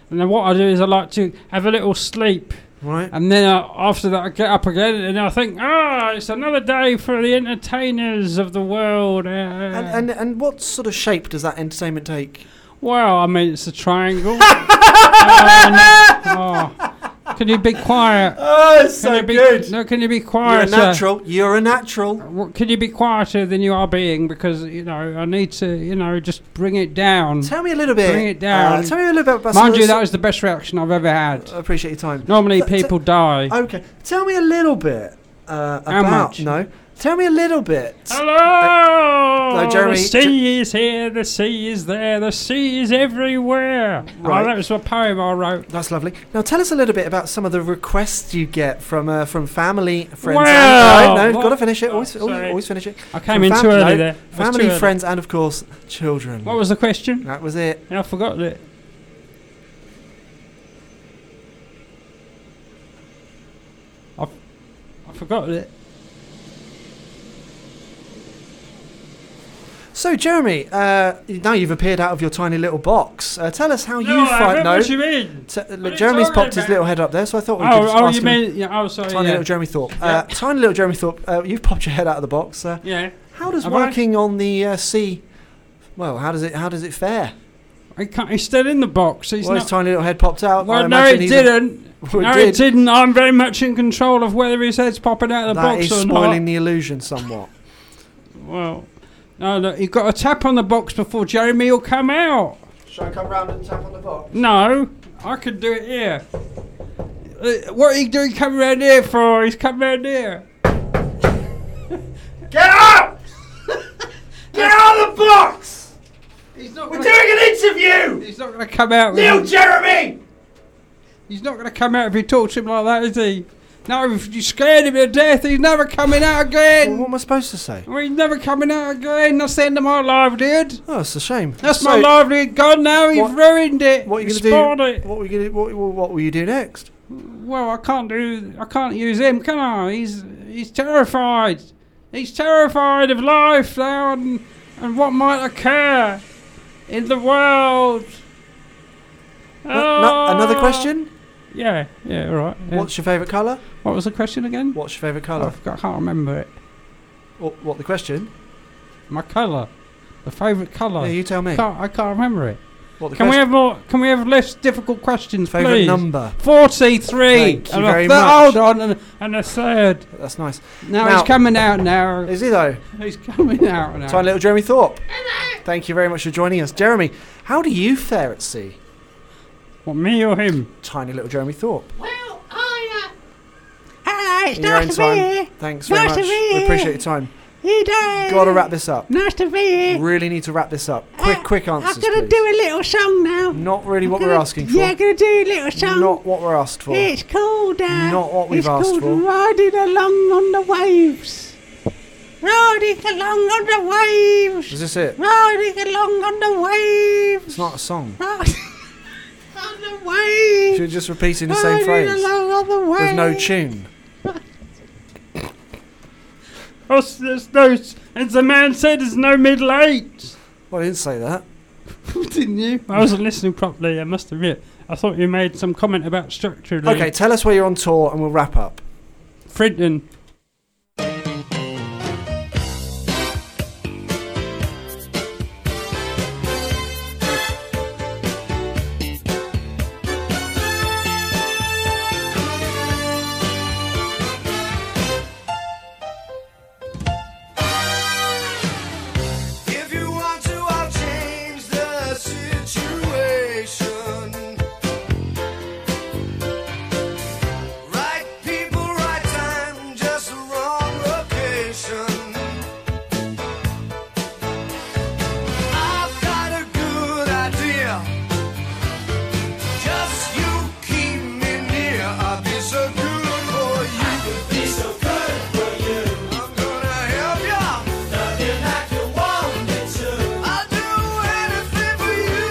And then what I do is I like to have a little sleep.
Right.
And then I, after that I get up again and I think, ah, it's another day for the entertainers of the world.
And,
And,
and and what sort of shape does that entertainment take?
well, I mean, it's
[LAUGHS]
a triangle. Um, Oh, no. Oh. Can you be quiet?
Oh, it's
so good. No, can you be quieter?
natural. You're a natural.
Can you be quieter than you are being? Because you know, I need to, you know, just bring it down.
Tell me a little bit.
Bring it down.
Uh, tell me a little bit about.
Mind
some-
you, that was the best reaction I've ever had.
I appreciate your time.
Normally,
Th- t-
people die.
Okay, tell me a little bit uh,
How
about.
much?
No, tell me a little bit.
Hello!
No, Jeremy,
The
Jer-
sea is here, the sea is there, the sea is everywhere.
Right.
Oh, that was a poem I wrote.
That's lovely. Now tell us a little bit about some of the requests you get from uh, from family, friends.
Well,
and, no, no,
what-
got to finish it. Always,
Oh,
always,
sorry.
always finish it.
I came
From
in
fam-
too early
no,
there. I was
Family,
too early.
friends, and of course, children.
What was the question?
That was it.
I forgot it. I, I forgot it.
So, Jeremy, uh, now you've appeared out of your tiny little box. Uh, tell us how
No,
you
I
find.
heard
No,
what you mean.
T-
What
look,
are
Jeremy's
you talking
popped his
about?
little head up there, so I thought we could
Oh,
just
oh,
ask
you
him-
mean? Yeah, oh, sorry.
Tiny
yeah.
little Jeremy Thorpe. Uh, tiny little Jeremy Thorpe, uh, you've popped your head out of the box. Uh,
Yeah.
How does
Have I?
working on the uh, sea? Well, how does it? How does it fare?
I can't, he's still in the box. He's
well,
not.
his tiny little head popped out. I
well, no,
imagine
it
he's a- [LAUGHS]
didn't.
Well,
no,
did.
it didn't. I'm very much in control of whether his head's popping out of the
That
box
is
or
spoiling the illusion somewhat.
not. Well, no, look, you've got to tap on the box before Jeremy will come out.
Shall I come round and tap on the box?
No, I could do it here. Uh, What are you doing coming round here for? He's coming round here.
[LAUGHS]
[LAUGHS]
Get up! Get out of the box!
He's not
We're
gonna-
doing an interview!
He's not going to come out. with-
Neil Jeremy!
He's not going to come out if you talk to him like that, is he? Now if you scared him to death, he's never coming out again.
Mm, what am I supposed to say?
Well, he's never coming out again. That's the end of my livelihood.
Oh, it's a shame.
That's
So-
my livelihood gone now. You've ruined it.
What are you
You've
going
spoiled
to
it.
do? What, were you gonna, what, what will you do next?
Well, I can't do. I can't use him, can I? He's he's terrified. He's terrified of life now and and what might occur in the world. Ah.
No- Uh, no- another question?
Yeah. Yeah. All right. Uh, yeah. Oh.
What's your favourite colour?
What was the question again?
What's your favourite colour?
I, forgot, I can't remember it.
What, what the question?
My colour. The favourite colour.
Yeah, you tell me.
Can't, I can't remember it.
What the
Oh. can we
question-
have more? Can we have less difficult questions,
Favourite
please?
number.
Forty-three.
Thank you
and
very
a thir-
much.
Hold on, and, and a third.
That's nice.
Now,
Now-
he's coming out now.
Is he though?
He's coming out now.
Time, little Jeremy Thorpe. Thank you very much for joining us, Jeremy. How do you fare at sea?
What me or him?
Tiny little Jeremy Thorpe.
Hello, it's
In your own
nice to be
time.
here.
Thanks very
nice
much.
To be
We
here.
appreciate your time.
You know,
Got to wrap this up.
Nice to be here.
Really need to wrap this up. Quick, quick answers,
I'm gonna
please.
Uh, do a little song now.
Not really what we're
gonna-
asking for.
Yeah, I'm gonna do a little song.
Not what we're asked for.
It's called. Uh,
Not what we've
it's
asked
called
for.
Riding along on the waves. Riding along on the waves.
Is this it?
Riding along on the waves.
It's not a song.
Riding [LAUGHS] on the waves.
You're just repeating the
riding
same phrase
along on the waves.
with no tune.
Us, there's no, as the man said, there's no middle age.
Well, I didn't say that.
Didn't you? I wasn't listening properly. I must admit. I thought you made some comment about structure.
Okay, tell us where you're on tour and we'll wrap up.
Frinton.
If you want to, I'll change the situation. Right people, right time, just the wrong location. I've got a good idea. Just you keep me near. I'll be so good for you. I could be so good for you. I'm gonna help you. Nothing like you wanted to. I'll do anything for you.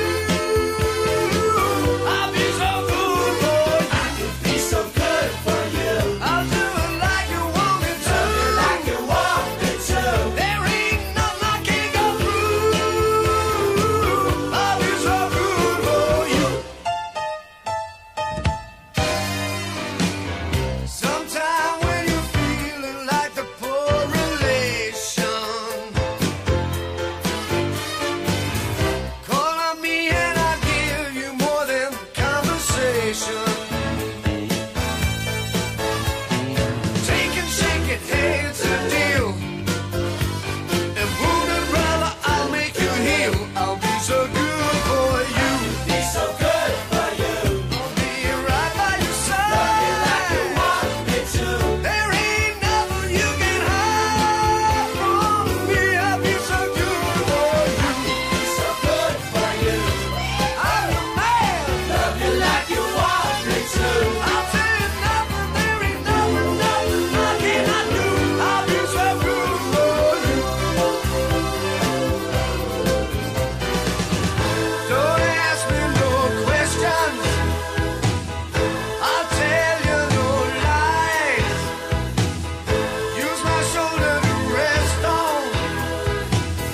I'll be so good for you. I could be so good for you. I'll do it like you want me to. Like you want me to. There ain't nothing I can't go through. I'll be so good for you. Sometime when you're feeling like the poor relation, call on me and I'll give you more than conversation. Take and shake it, hey, it's a deal. And wounded brother, I'll make you heal. I'll be so good for you. Be so good for you. I'll be right by your side. Love you like you want me to. There ain't nothing you can hide from me. I'll be so good for you. Be so good for you. I'm your man. Love you like you want me to. I'll tell you nothing. There ain't nothing, nothing I cannot do. I'll be so good for you. Don't ask me no questions. I'll tell you no lies. Use my shoulder to rest on.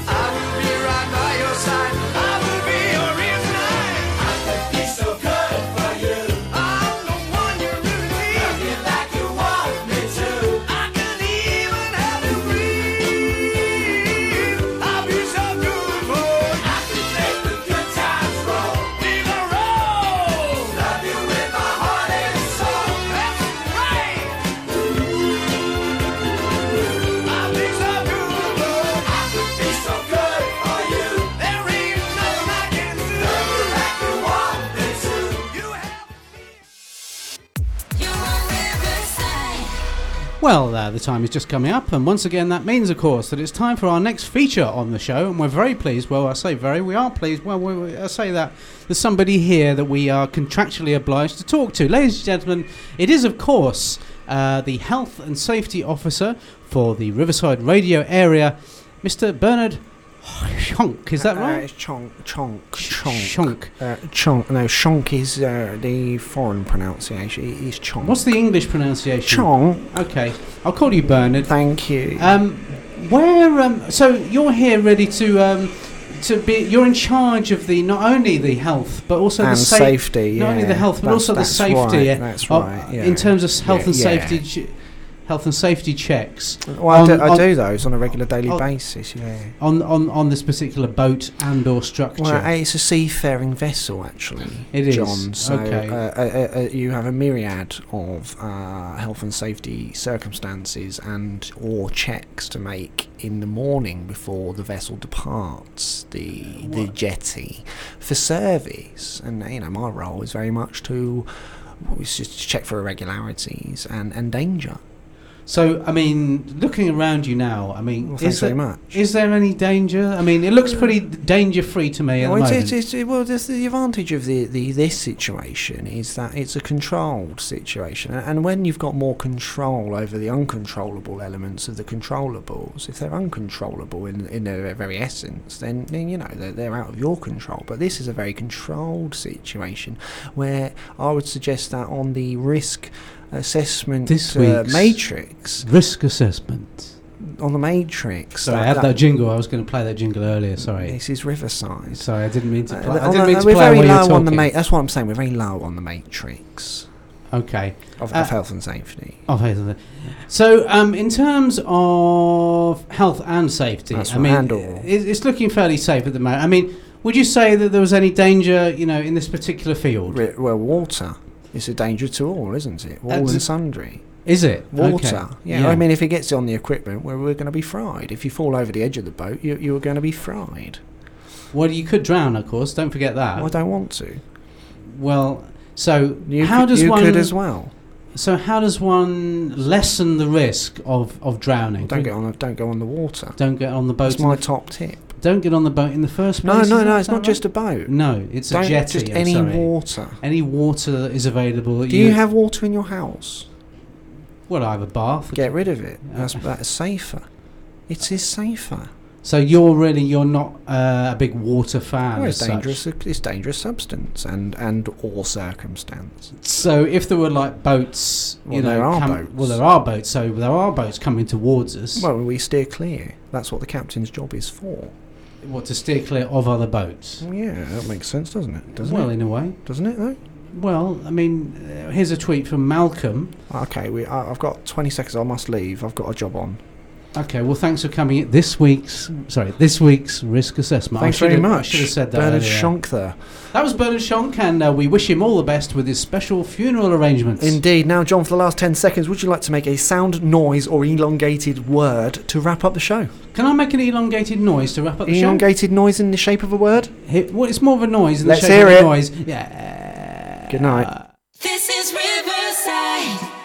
I will be right by your side. I will be your real knight. I could be so good for you. I'm the one you really need. Love you like you want me to. I can even help you breathe. I'll be so good for you. I can make the good times roll. Leave a roll. Love you with my heart and soul. That's right. I'll be so good for you. I could be so good for you. There ain't nothing I can do. Love you like you want me to. You have
Well, uh, the time is just coming up, and once again, that means, of course, that it's time for our next feature on the show, and we're very pleased. Well, I say very, we are pleased. Well, we, we, I say that there's somebody here that we are contractually obliged to talk to. Ladies and gentlemen, it is, of course,
uh, the health and safety officer for the Riverside radio area, Mr. Bernard Chonk. Is that right?
Uh, it's chonk, chonk,
chonk.
Uh, chonk. No, chonk is uh, the foreign pronunciation. It is chonk.
What's the English pronunciation?
Chonk.
Okay, I'll call you Bernard.
Thank you.
Um, where? Um, so you're here, ready to um, to be. You're in charge of the not only the health, but also the
And
sa-
safety,
Not only the
yeah.
health, but
That's-
also the
that's
safety.
right,
uh,
that's
of-
right, yeah.
In terms of health
Yeah,
and
yeah.
safety, che- health and safety checks.
Well, I,
on-
do, I
on-
do those on a regular daily
on-
basis. Yeah.
on, on on this particular boat and or structure.
Well, it's a seafaring vessel, actually.
It is,
John. So
okay.
uh, uh, uh, uh, you have a myriad of uh, health and safety circumstances and or checks to make in the morning before the vessel departs the the jetty for service. And you know, my role is very much to well, it's just to check for irregularities and, and danger.
So, I mean, looking around you now, I mean,
Well, thanks
is, there,
very much.
is there any danger? I mean, it looks pretty danger-free to me at
Well,
the
it's,
moment.
it's, it's, well that's the advantage of the, the this situation is that it's a controlled situation, A- and when you've got more control over the uncontrollable elements of the controllables, if they're uncontrollable in in their very essence, then, then you know they're, they're out of your control. But this is a very controlled situation where I would suggest that on the risk assessment
This
uh,
week's-
matrix
Risk assessment.
on the matrix.
Sorry, I had that, jingle. I was going to play that jingle earlier. Sorry.
This is Riverside.
Sorry, I didn't mean to
Uh,
play. I
on
didn't
the-
mean to
we're
play
very
while you
low
were
on the
talking.
ma- That's what I'm saying. We're very low on the matrix
Okay. Oh,
of,
Uh,
of health and safety.
Of health and safety. So, um, in terms of health and safety,
That's
I
right,
mean,
and or.
it- it's looking fairly safe at the moment. I mean, would you say that there was any danger, you know, in this particular field?
Re- well, water is a danger to all, isn't it? All
Uh, d-
and sundry.
Is it
Water.
Okay.
Yeah. I mean, if it gets on the equipment, well, we're going to be fried. If you fall over the edge of the boat, you, you are going to be fried.
well, you could drown, of course. Don't forget that.
I don't want to.
Well, so
You
how
could-
does
you
one
could as well.
So how does one lessen the risk of, of drowning?
Don't get on. the- Don't go on the water.
Don't get on the boat.
That's my top tip.
Don't get on the boat in the first
No,
place.
no,
is
no,
it?
it's
Is that
not
right?
just a boat.
No, it's
Don't-
a jetty.
just
I'm
any
sorry.
water.
Any water that is available. that
Do you have water in your house?
Well, I have a bath.
Get rid of it. That's, that's safer. It is safer.
So you're really you're not uh, a big water fan.
Well,
as
it's
such.
dangerous. It's dangerous substance and and or circumstance.
So if there were like boats,
Well,
you know,
there are
come- well there are boats. So there are boats coming towards us.
Well, we steer clear. That's what the captain's job is for.
what to steer clear of other boats.
Yeah, that makes sense, doesn't it? Doesn't
well,
it?
in a way,
doesn't it though?
Well, I mean, uh, here's a tweet from Malcolm.
Okay, we. I, I've got 20 seconds. I must leave. I've got a job on.
Okay, well, thanks for coming. in. This week's sorry, this week's risk assessment. I
Thanks
should
very
have- I
much.
should have said that.
Bernard
earlier.
Schonk there.
That was Bernard Schonk, and uh, we wish him all the best with his special funeral arrangements.
Indeed. Now, John, for the last 10 seconds, would you like to make a sound, noise, or elongated word to wrap up the show?
Can I make an elongated noise to wrap up the show?
elongated noise in the shape of a word?
It, well, it's more of a noise. In
Let's
the shape
hear
of a
it.
Noise. Yeah.
Good night.
This is Riverside.